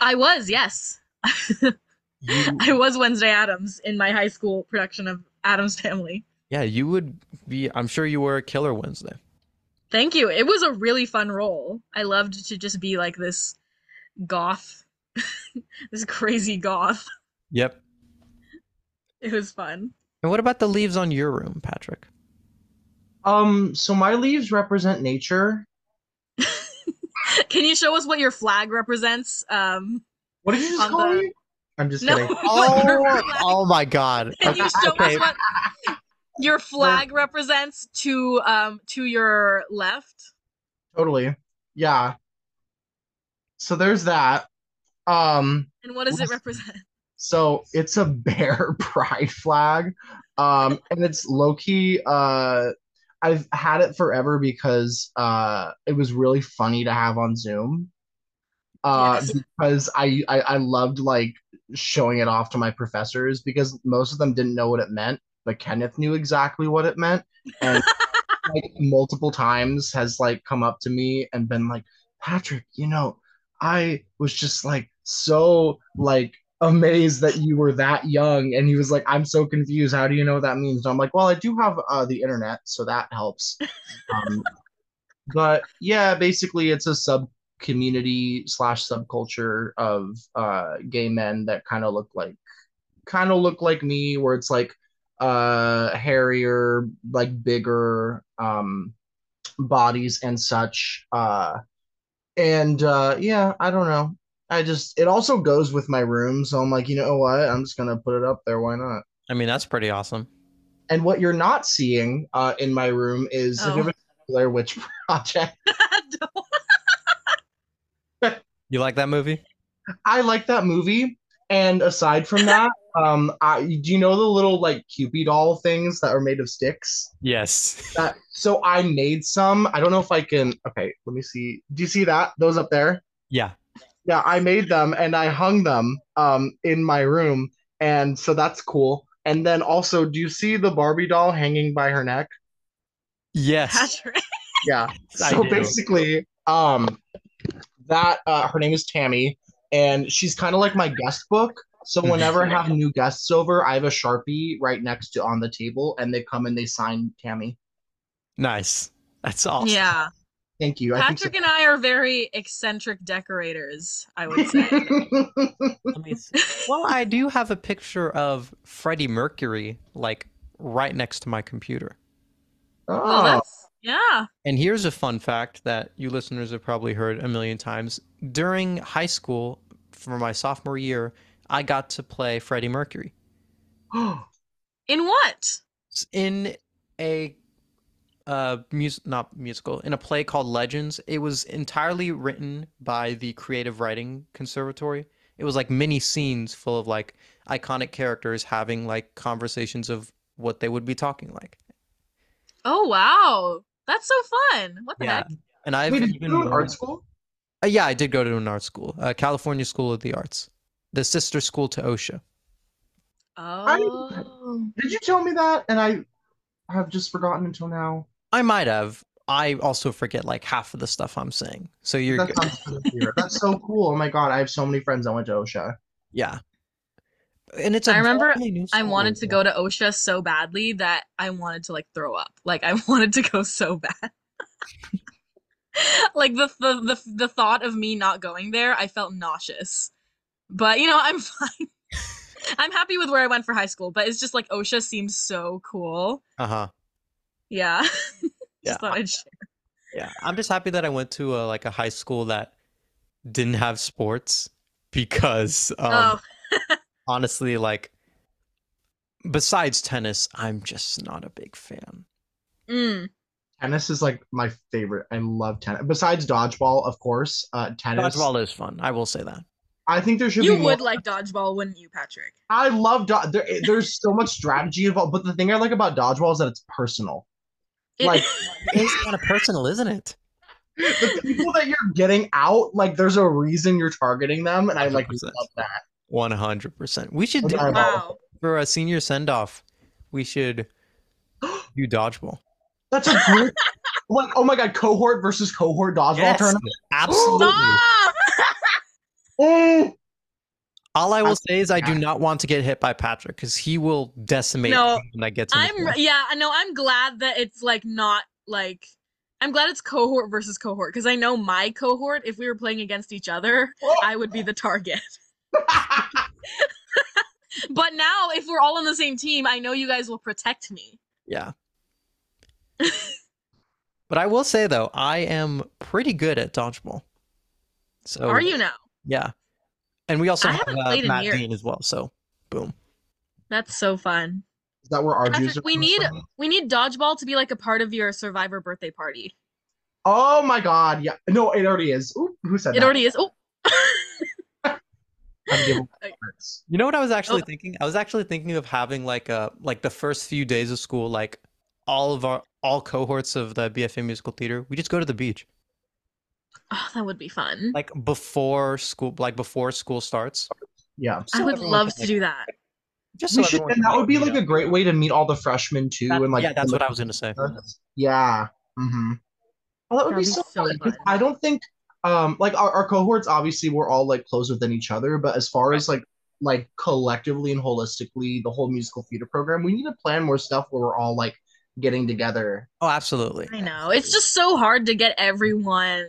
[SPEAKER 2] I was, yes.
[SPEAKER 1] You,
[SPEAKER 3] Mm.
[SPEAKER 2] I was Wednesday Adams in my high school production of Adams Family.
[SPEAKER 1] yeah, you would be. I'm sure you were a killer Wednesday.
[SPEAKER 2] Thank you. It was a really fun role. I loved to just be like this goth, this crazy goth.
[SPEAKER 1] Yep.
[SPEAKER 2] It was fun.
[SPEAKER 1] And what about the leaves on your room, Patrick?
[SPEAKER 3] Um, so my leaves represent nature.
[SPEAKER 2] Can you show us what your flag represents? Um,
[SPEAKER 3] What did you just
[SPEAKER 2] On
[SPEAKER 3] call
[SPEAKER 2] the-
[SPEAKER 3] me? I'm just
[SPEAKER 2] no.
[SPEAKER 3] kidding.
[SPEAKER 2] what your flag-
[SPEAKER 1] oh my God.
[SPEAKER 2] Can you show us what your flag represents to um to your left?
[SPEAKER 3] Totally. Yeah. So there's that. Um,
[SPEAKER 2] And what does it
[SPEAKER 3] Yes.
[SPEAKER 2] represent?
[SPEAKER 3] so it's a bear pride flag. Um, and it's low key. Uh, I've had it forever because uh, it was really funny to have on Zoom. Uh,
[SPEAKER 2] Yes.
[SPEAKER 3] because I, I I loved like showing it off to my professors because most of them didn't know what it meant, but Kenneth knew exactly what it meant, and like multiple times has like come up to me and been like, Patrick, you know, I was just like so like amazed that you were that young, and he was like, I'm so confused. How do you know what that means? And I'm like, well, I do have uh, the internet, so that helps. Um, but yeah, basically, it's a sub community slash subculture of uh gay men that kind of look like kind of look like me where it's like uh hairier like bigger um bodies and such uh and uh yeah i don't know i just it also goes with my room so i'm like you know what i'm just gonna put it up there why not
[SPEAKER 1] I mean, that's pretty awesome.
[SPEAKER 3] and what you're not seeing uh in my room is
[SPEAKER 2] Oh.
[SPEAKER 3] the different blair witch project
[SPEAKER 2] Don't-
[SPEAKER 1] You like that movie?
[SPEAKER 3] I like that movie. And aside from that, um, I, do you know the little like Cupid doll things that are made of sticks?
[SPEAKER 1] Yes.
[SPEAKER 3] That, so I made some. I don't know if I can. Okay, let me see. Do you see that? Those up there?
[SPEAKER 1] Yeah.
[SPEAKER 3] Yeah, I made them and I hung them um in my room, and so that's cool. And then also, do you see the Barbie doll hanging by her neck?
[SPEAKER 1] Yes.
[SPEAKER 2] Patrick.
[SPEAKER 3] Yeah.
[SPEAKER 1] I
[SPEAKER 3] So
[SPEAKER 1] do.
[SPEAKER 3] basically, um, that uh, her name is Tammy, and she's kind of like my guest book. So
[SPEAKER 1] Mm-hmm.
[SPEAKER 3] whenever I have new guests over, I have a sharpie right next to on the table, and they come and they sign Tammy.
[SPEAKER 1] Nice. That's awesome.
[SPEAKER 2] Yeah.
[SPEAKER 3] Thank you. I think so.
[SPEAKER 2] Patrick and I are very eccentric decorators, I would say.
[SPEAKER 1] Let me see. Well, I do have a picture of Freddie Mercury like right next to my computer.
[SPEAKER 2] oh,
[SPEAKER 3] oh,
[SPEAKER 2] that's yeah.
[SPEAKER 1] And here's a fun fact that you listeners have probably heard a million times. During high school, for my sophomore year, I got to play Freddie Mercury
[SPEAKER 3] Oh.
[SPEAKER 2] In what?
[SPEAKER 1] S- in a uh mus- not musical in a play called Legends. It was entirely written by the Creative Writing Conservatory. It was like mini scenes full of like iconic characters having like conversations of what they would be talking like.
[SPEAKER 2] Oh wow. That's so fun. What the
[SPEAKER 1] Yeah.
[SPEAKER 2] heck?
[SPEAKER 1] And I've
[SPEAKER 3] Wait, did you
[SPEAKER 1] even
[SPEAKER 3] go to
[SPEAKER 1] won-
[SPEAKER 3] art school?
[SPEAKER 1] Uh, yeah, I did go to an art school, uh, California School of the Arts, the sister school to OSHA.
[SPEAKER 2] Oh.
[SPEAKER 3] Did you tell me that? And I have just forgotten until now.
[SPEAKER 1] I might have. I also forget like half of the stuff I'm saying. So you're
[SPEAKER 3] That
[SPEAKER 1] good.
[SPEAKER 3] sounds familiar. That's so cool. Oh my god, I have so many friends that went to OSHA.
[SPEAKER 1] Yeah. And it's a
[SPEAKER 2] I remember
[SPEAKER 1] relatively new
[SPEAKER 2] I
[SPEAKER 1] school,
[SPEAKER 2] wanted to
[SPEAKER 1] yeah.
[SPEAKER 2] go to OSHA so badly that I wanted to like throw up. Like I wanted to go so bad. like the, the the the thought of me not going there, I felt nauseous. But you know, I'm fine. I'm happy with where I went for high school, but it's just like OSHA seems so cool.
[SPEAKER 1] Uh-huh.
[SPEAKER 2] Yeah. just
[SPEAKER 1] Yeah.
[SPEAKER 2] thought I'd share.
[SPEAKER 1] Yeah. I'm just happy that I went to a, like a high school that didn't have sports because um,
[SPEAKER 2] oh,
[SPEAKER 1] honestly like besides tennis, I'm just not a big fan.
[SPEAKER 2] mm,
[SPEAKER 3] Tennis is like my favorite. I love tennis. Besides dodgeball, of course. Uh, tennis.
[SPEAKER 1] Dodgeball is fun. I will say that.
[SPEAKER 3] I think there should
[SPEAKER 2] you
[SPEAKER 3] be
[SPEAKER 2] would
[SPEAKER 3] more.
[SPEAKER 2] like dodgeball, wouldn't you, Patrick?
[SPEAKER 3] I love do- there, There's so much strategy involved, but the thing I like about dodgeball is that it's personal.
[SPEAKER 2] It-
[SPEAKER 3] Like-
[SPEAKER 1] It's kind of personal, isn't it?
[SPEAKER 3] The people that you're getting out, like, there's a reason you're targeting them, and I like
[SPEAKER 1] 100%.
[SPEAKER 3] love that.
[SPEAKER 1] 100%. We should do
[SPEAKER 3] Okay.
[SPEAKER 2] wow.
[SPEAKER 1] for a senior send off, we should do dodgeball.
[SPEAKER 3] That's a group. like, oh my god, cohort versus cohort dodgeball tournament.
[SPEAKER 1] absolutely.
[SPEAKER 2] Stop!
[SPEAKER 3] Mm.
[SPEAKER 1] All I will
[SPEAKER 3] Absolutely.
[SPEAKER 1] say is I do not want to get hit by Patrick because he will decimate
[SPEAKER 2] No,
[SPEAKER 1] me when I get to
[SPEAKER 2] I'm yeah, no, I'm glad that it's like not like I'm glad it's cohort versus cohort because I know my cohort. If we were playing against each other, I would be the target.
[SPEAKER 3] Mm.
[SPEAKER 2] But now, if we're all on the same team, I know you guys will protect me.
[SPEAKER 1] yeah. but I will say though, I am pretty good at dodgeball. So
[SPEAKER 2] Are you now?
[SPEAKER 1] Oh, Yeah, and we also
[SPEAKER 2] I
[SPEAKER 1] have
[SPEAKER 2] haven't
[SPEAKER 1] uh,
[SPEAKER 2] played in
[SPEAKER 1] Matt
[SPEAKER 2] years.
[SPEAKER 1] Dean as well. So boom.
[SPEAKER 2] That's so fun.
[SPEAKER 3] Is that where our
[SPEAKER 2] Patrick,
[SPEAKER 3] juice?
[SPEAKER 2] we need- We need dodgeball to be like a part of your survivor birthday party.
[SPEAKER 3] Oh my god, yeah. No, it already is. Oop, who said
[SPEAKER 2] It
[SPEAKER 3] that?
[SPEAKER 2] already is. Oh,
[SPEAKER 3] I'm giving
[SPEAKER 2] Okay.
[SPEAKER 3] comments.
[SPEAKER 1] You know what I was actually
[SPEAKER 2] Oh.
[SPEAKER 1] thinking? I was actually thinking of having like a like the first few days of school, like all of our all cohorts of the BFA musical theater, we just go to the beach.
[SPEAKER 2] oh that would be fun.
[SPEAKER 1] Like before school like before school starts.
[SPEAKER 3] Yeah.
[SPEAKER 1] so
[SPEAKER 2] I would
[SPEAKER 1] everyone
[SPEAKER 2] love
[SPEAKER 1] can,
[SPEAKER 2] to
[SPEAKER 1] like-
[SPEAKER 2] do that.
[SPEAKER 1] Just
[SPEAKER 3] We
[SPEAKER 1] so
[SPEAKER 3] should,
[SPEAKER 1] everyone
[SPEAKER 3] and
[SPEAKER 1] can,
[SPEAKER 3] that would be like
[SPEAKER 1] meet
[SPEAKER 3] a
[SPEAKER 1] up.
[SPEAKER 3] great way to meet all the freshmen too,
[SPEAKER 1] That-
[SPEAKER 3] and like
[SPEAKER 1] yeah, that's
[SPEAKER 3] in
[SPEAKER 1] what
[SPEAKER 3] the-
[SPEAKER 1] I was gonna say.
[SPEAKER 3] Yeah. Mm-hmm. Well, that would be
[SPEAKER 2] That'd
[SPEAKER 3] so, fun. 'cause
[SPEAKER 2] fun.
[SPEAKER 3] I don't think um like our, our cohorts obviously we're all like close within each other, but as far as like like collectively and holistically the whole musical theater program, we need to plan more stuff where we're all like getting together.
[SPEAKER 1] Oh, absolutely.
[SPEAKER 2] I know. It's just so hard to get everyone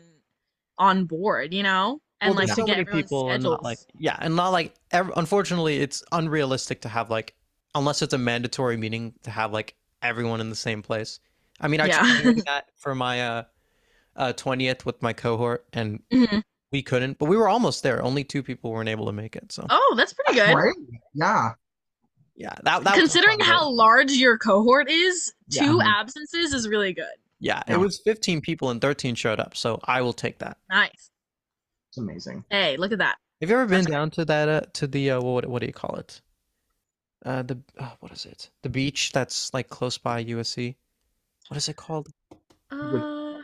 [SPEAKER 2] on board, you know? And
[SPEAKER 1] Well,
[SPEAKER 2] like
[SPEAKER 1] there's
[SPEAKER 2] to
[SPEAKER 1] so
[SPEAKER 2] get
[SPEAKER 1] many
[SPEAKER 2] everyone's
[SPEAKER 1] people and
[SPEAKER 2] schedules.
[SPEAKER 1] not like yeah, and not like ev- unfortunately it's unrealistic to have like unless it's a mandatory meeting to have like everyone in the same place. I mean, I
[SPEAKER 2] Yeah.
[SPEAKER 1] tried doing that for my uh uh 20th with my cohort and
[SPEAKER 2] Mhm.
[SPEAKER 1] we couldn't, but we were almost there. Only two people weren't able to make it. So
[SPEAKER 2] Oh, that's pretty good.
[SPEAKER 3] Right? Yeah.
[SPEAKER 1] yeah, that, that was a
[SPEAKER 2] Considering
[SPEAKER 1] fun
[SPEAKER 2] how
[SPEAKER 1] day.
[SPEAKER 2] large your cohort is,
[SPEAKER 1] Yeah.
[SPEAKER 2] two
[SPEAKER 3] Mhm.
[SPEAKER 2] absences is really good.
[SPEAKER 1] yeah, it
[SPEAKER 3] Yeah.
[SPEAKER 1] was 15 people and 13 showed up. So I will take that.
[SPEAKER 2] Nice.
[SPEAKER 3] It's amazing.
[SPEAKER 2] Hey, look at that.
[SPEAKER 1] Have you ever been
[SPEAKER 2] That's-
[SPEAKER 1] down to that uh, to the uh, what what do you call it? Uh, the uh, what is it? The beach that's like close by USC. What is it called?
[SPEAKER 2] Uh,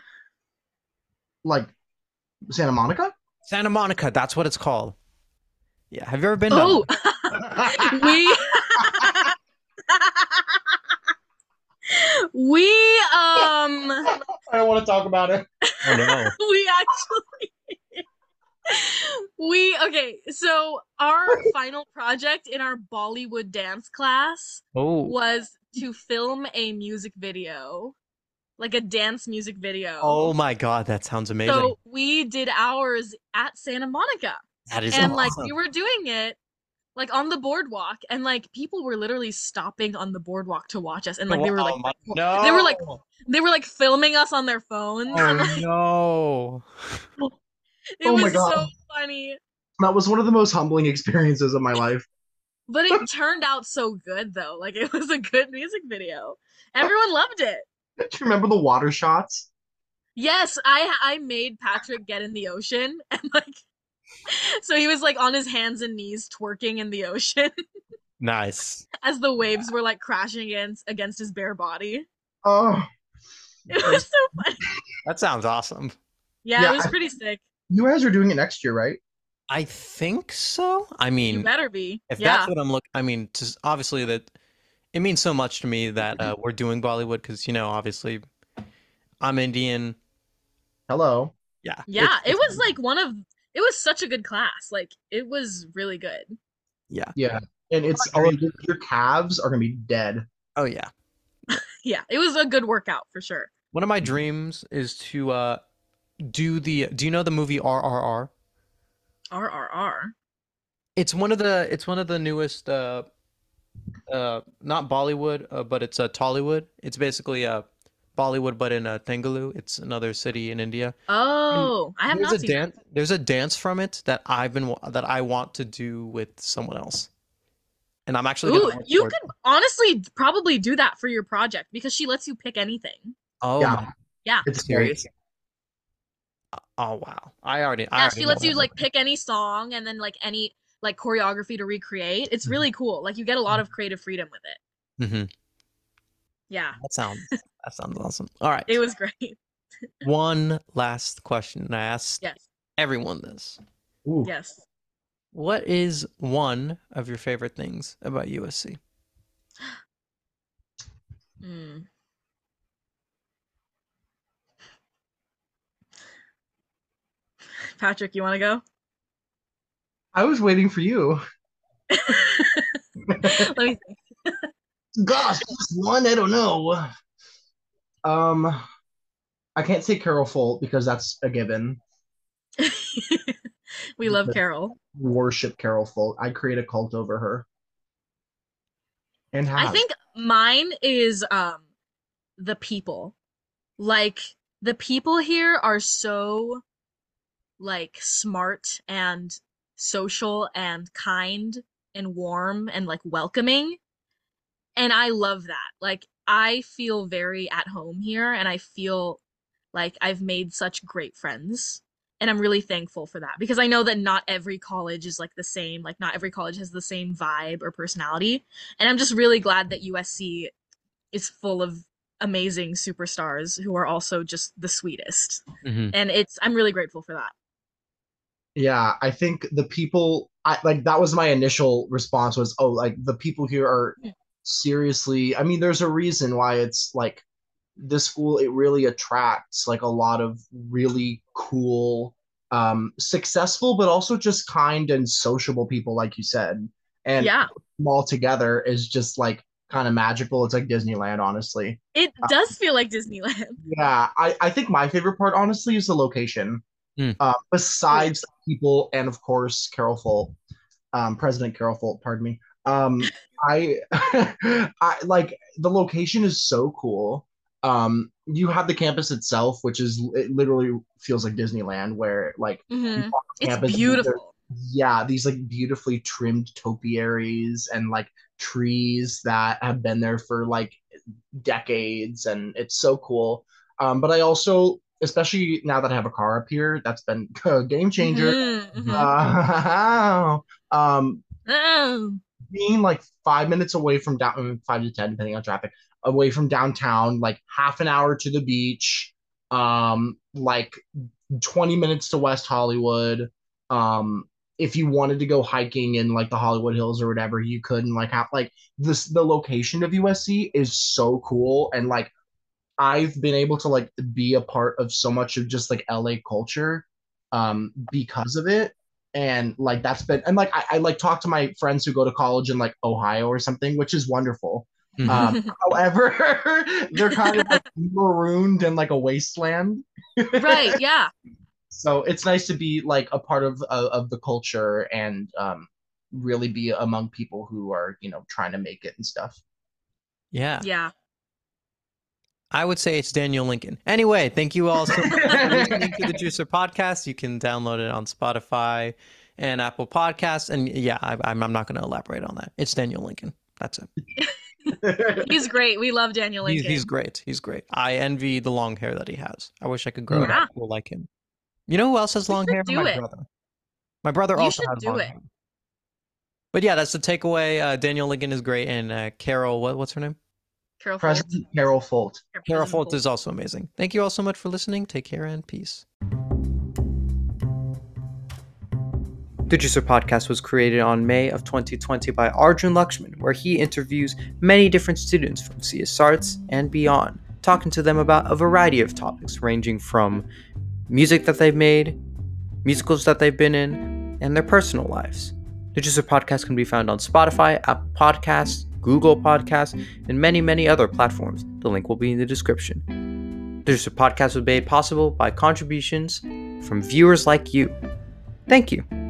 [SPEAKER 3] Like Santa Monica?
[SPEAKER 1] Santa Monica. That's what it's called. Yeah. Have you ever been? down
[SPEAKER 2] oh,
[SPEAKER 1] there?
[SPEAKER 2] we we um
[SPEAKER 3] I don't want to talk about it.
[SPEAKER 1] I don't know.
[SPEAKER 2] we actually We okay, so our final project in our Bollywood dance class
[SPEAKER 1] Oh.
[SPEAKER 2] was to film a music video. Like a dance music video.
[SPEAKER 1] Oh my god, that sounds amazing.
[SPEAKER 2] So we did ours at Santa Monica.
[SPEAKER 1] that is
[SPEAKER 2] and
[SPEAKER 1] awesome.
[SPEAKER 2] like we were doing it like on the boardwalk and like people were literally stopping on the boardwalk to watch us and like they were like
[SPEAKER 1] Oh my-
[SPEAKER 2] they were like
[SPEAKER 1] no.
[SPEAKER 2] they were like filming us on their phones.
[SPEAKER 1] Oh
[SPEAKER 2] and,
[SPEAKER 3] Um,
[SPEAKER 2] like,
[SPEAKER 1] no.
[SPEAKER 2] it
[SPEAKER 3] Oh my
[SPEAKER 2] was so
[SPEAKER 3] God.
[SPEAKER 2] funny.
[SPEAKER 3] That was one of the most humbling experiences of my life.
[SPEAKER 2] But it turned out so good though. Like it was a good music video. Everyone loved it.
[SPEAKER 3] Do you remember the water shots?
[SPEAKER 2] Yes, I I made Patrick get in the ocean and like so he was like on his hands and knees twerking in the ocean
[SPEAKER 1] Nice.
[SPEAKER 2] as the waves were like crashing against against his bare body.
[SPEAKER 3] Oh,
[SPEAKER 2] It was so funny.
[SPEAKER 1] That sounds awesome.
[SPEAKER 2] Yeah,
[SPEAKER 3] Yeah,
[SPEAKER 2] it was
[SPEAKER 3] I-
[SPEAKER 2] pretty sick.
[SPEAKER 3] you guys are doing it next year, right?
[SPEAKER 1] I think so. I
[SPEAKER 2] You
[SPEAKER 1] mean,
[SPEAKER 2] better be.
[SPEAKER 1] if
[SPEAKER 2] yeah.
[SPEAKER 1] that's what I'm looking, I mean, just obviously that it means so much to me that uh, we're doing Bollywood because you know, obviously, I'm Indian.
[SPEAKER 3] Hello.
[SPEAKER 1] Yeah. it's-
[SPEAKER 2] yeah, it
[SPEAKER 1] it's-
[SPEAKER 2] was like one of it was such a good class. Like it was really good.
[SPEAKER 1] Yeah.
[SPEAKER 3] Yeah, and it's your calves are gonna be dead.
[SPEAKER 1] Oh yeah.
[SPEAKER 2] Yeah, it was a good workout for sure.
[SPEAKER 1] One of my dreams is to uh, do the. Do you know the movie RRR?
[SPEAKER 2] RRR.
[SPEAKER 1] It's one of the. It's one of the newest. Uh, uh, not Bollywood, uh, but it's uh, Tollywood. It's basically uh, Bollywood, but in uh, Tengalu. It's another city in India.
[SPEAKER 2] Oh, I have
[SPEAKER 1] there's
[SPEAKER 2] not
[SPEAKER 1] a
[SPEAKER 2] seen
[SPEAKER 1] dance. There's a dance from it that I've been wa- that I want to do with someone else, and I'm
[SPEAKER 2] that.
[SPEAKER 1] actually.
[SPEAKER 2] Ooh,
[SPEAKER 1] gonna work
[SPEAKER 2] you
[SPEAKER 1] for it.
[SPEAKER 2] could honestly probably do that for your project because she lets you pick anything.
[SPEAKER 1] Oh
[SPEAKER 3] Yeah.
[SPEAKER 1] my-
[SPEAKER 2] Yeah.
[SPEAKER 3] It's scary.
[SPEAKER 1] Serious? Oh wow! I already. I
[SPEAKER 2] Yeah,
[SPEAKER 1] already
[SPEAKER 2] she
[SPEAKER 1] know
[SPEAKER 2] lets
[SPEAKER 1] what
[SPEAKER 2] you
[SPEAKER 1] I'm
[SPEAKER 2] like pick any song and then like any like choreography to recreate. It's
[SPEAKER 1] Mm-hmm.
[SPEAKER 2] really cool. Like you get a lot of creative freedom with it.
[SPEAKER 1] doing. Mhm.
[SPEAKER 2] Yeah.
[SPEAKER 1] That sounds. that sounds awesome. All right.
[SPEAKER 2] It was great.
[SPEAKER 1] One last question. and I asked
[SPEAKER 2] Yes.
[SPEAKER 1] everyone this.
[SPEAKER 3] Ooh.
[SPEAKER 2] Yes.
[SPEAKER 1] What is one of your favorite things about USC?
[SPEAKER 2] Mm. Patrick, you want to go?
[SPEAKER 3] I was waiting for you.
[SPEAKER 2] Let me think.
[SPEAKER 3] Gosh, that's one I don't know. Um, I can't say Carol Folt because that's a given.
[SPEAKER 2] we love Carol.
[SPEAKER 3] Worship Carol Folt. I create a cult over her. And how?
[SPEAKER 2] I think mine is um the people. Like the people here are so like smart and social and kind and warm and like welcoming. And I love that. Like I feel very at home here and I feel like I've made such great friends. And I'm really thankful for that because I know that not every college is like the same. Like not every college has the same vibe or personality and I'm just really glad that USC is full of amazing superstars who are also just the sweetest. And it's I'm really grateful for that.
[SPEAKER 3] Yeah, I think the people I like that was my initial response was oh like the people here are
[SPEAKER 2] Yeah.
[SPEAKER 3] seriously I mean there's a reason why it's like this school it really attracts like a lot of really cool um successful but also just kind and sociable people like you said. And
[SPEAKER 2] yeah,
[SPEAKER 3] them all together is just like kind of magical. It's like Disneyland honestly.
[SPEAKER 2] it does feel like Disneyland.
[SPEAKER 3] Yeah, I, I think my favorite part, honestly, is the location.
[SPEAKER 1] Hmm.
[SPEAKER 3] Uh, besides people and of course Carol Folt, um, President Carol Folt, pardon me. Um, I, I like the location is so cool. Um, you have the campus itself, which is it literally feels like Disneyland, where like
[SPEAKER 2] Mhm. It's
[SPEAKER 3] campus, there's-
[SPEAKER 2] beautiful.
[SPEAKER 3] yeah, these like beautifully trimmed topiaries and like trees that have been there for like decades, and it's so cool. Um, but I also, especially now that I have a car up here, that's been a game changer.
[SPEAKER 2] Mhm, mhm.
[SPEAKER 3] Uh, um,
[SPEAKER 2] Mm.
[SPEAKER 3] being like five minutes away from down, five to ten, depending on traffic, away from downtown, like half an hour to the beach, um, like twenty minutes to West Hollywood. Um, if you wanted to go hiking in like the Hollywood Hills or whatever, you could. And like, have, like this, the location of USC is so cool, and like I've been able to like be a part of so much of just like LA culture, um, because of it. and like that's been and like I, I like talk to my friends who go to college in like Ohio or something, which is wonderful.
[SPEAKER 1] Mhm.
[SPEAKER 2] Uh, Mm-hmm.
[SPEAKER 3] Um, however, they're kind of like marooned in like a wasteland,
[SPEAKER 2] right yeah
[SPEAKER 3] so it's nice to be like a part of of, of the culture and um, really be among people who are you know trying to make it and stuff.
[SPEAKER 1] yeah.
[SPEAKER 2] yeah
[SPEAKER 1] I would say it's Daniel Lincoln. Anyway, thank you all so much for listening to the Juicer Podcast. You can download it on Spotify and Apple Podcasts. And yeah, I, I'm, I'm not going to elaborate on that. It's Daniel Lincoln. That's it.
[SPEAKER 2] he's great we love daniel
[SPEAKER 1] He's,
[SPEAKER 2] lincoln
[SPEAKER 1] he's great. He's great. I envy the long hair that he has. I wish I could grow it
[SPEAKER 2] Yeah.
[SPEAKER 1] out or like him. You know who else has
[SPEAKER 2] You
[SPEAKER 1] long
[SPEAKER 2] should
[SPEAKER 1] hair?
[SPEAKER 2] do
[SPEAKER 1] My
[SPEAKER 2] it.
[SPEAKER 1] brother. My brother
[SPEAKER 2] You
[SPEAKER 1] also
[SPEAKER 2] should
[SPEAKER 1] has
[SPEAKER 2] do
[SPEAKER 1] long
[SPEAKER 2] it.
[SPEAKER 1] hair. But yeah, that's the takeaway. Uh, Daniel Lincoln is great, and uh, Carol, what, what's her name?
[SPEAKER 2] Carol Folt.
[SPEAKER 3] President Carol Folt.
[SPEAKER 2] Or
[SPEAKER 1] Carol
[SPEAKER 2] President
[SPEAKER 1] Folt is also amazing. Thank you all so much for listening. Take care and peace. The Juicer Podcast was created on May of 2020 by Arjun Lakshman, where he interviews many different students from CS Arts and beyond, talking to them about a variety of topics ranging from music that they've made, musicals that they've been in, and their personal lives. The Juicer Podcast can be found on Spotify, Apple Podcasts, Google Podcasts, and many, many other platforms. The link will be in the description. The Juicer Podcast was made possible by contributions from viewers like you. Thank you.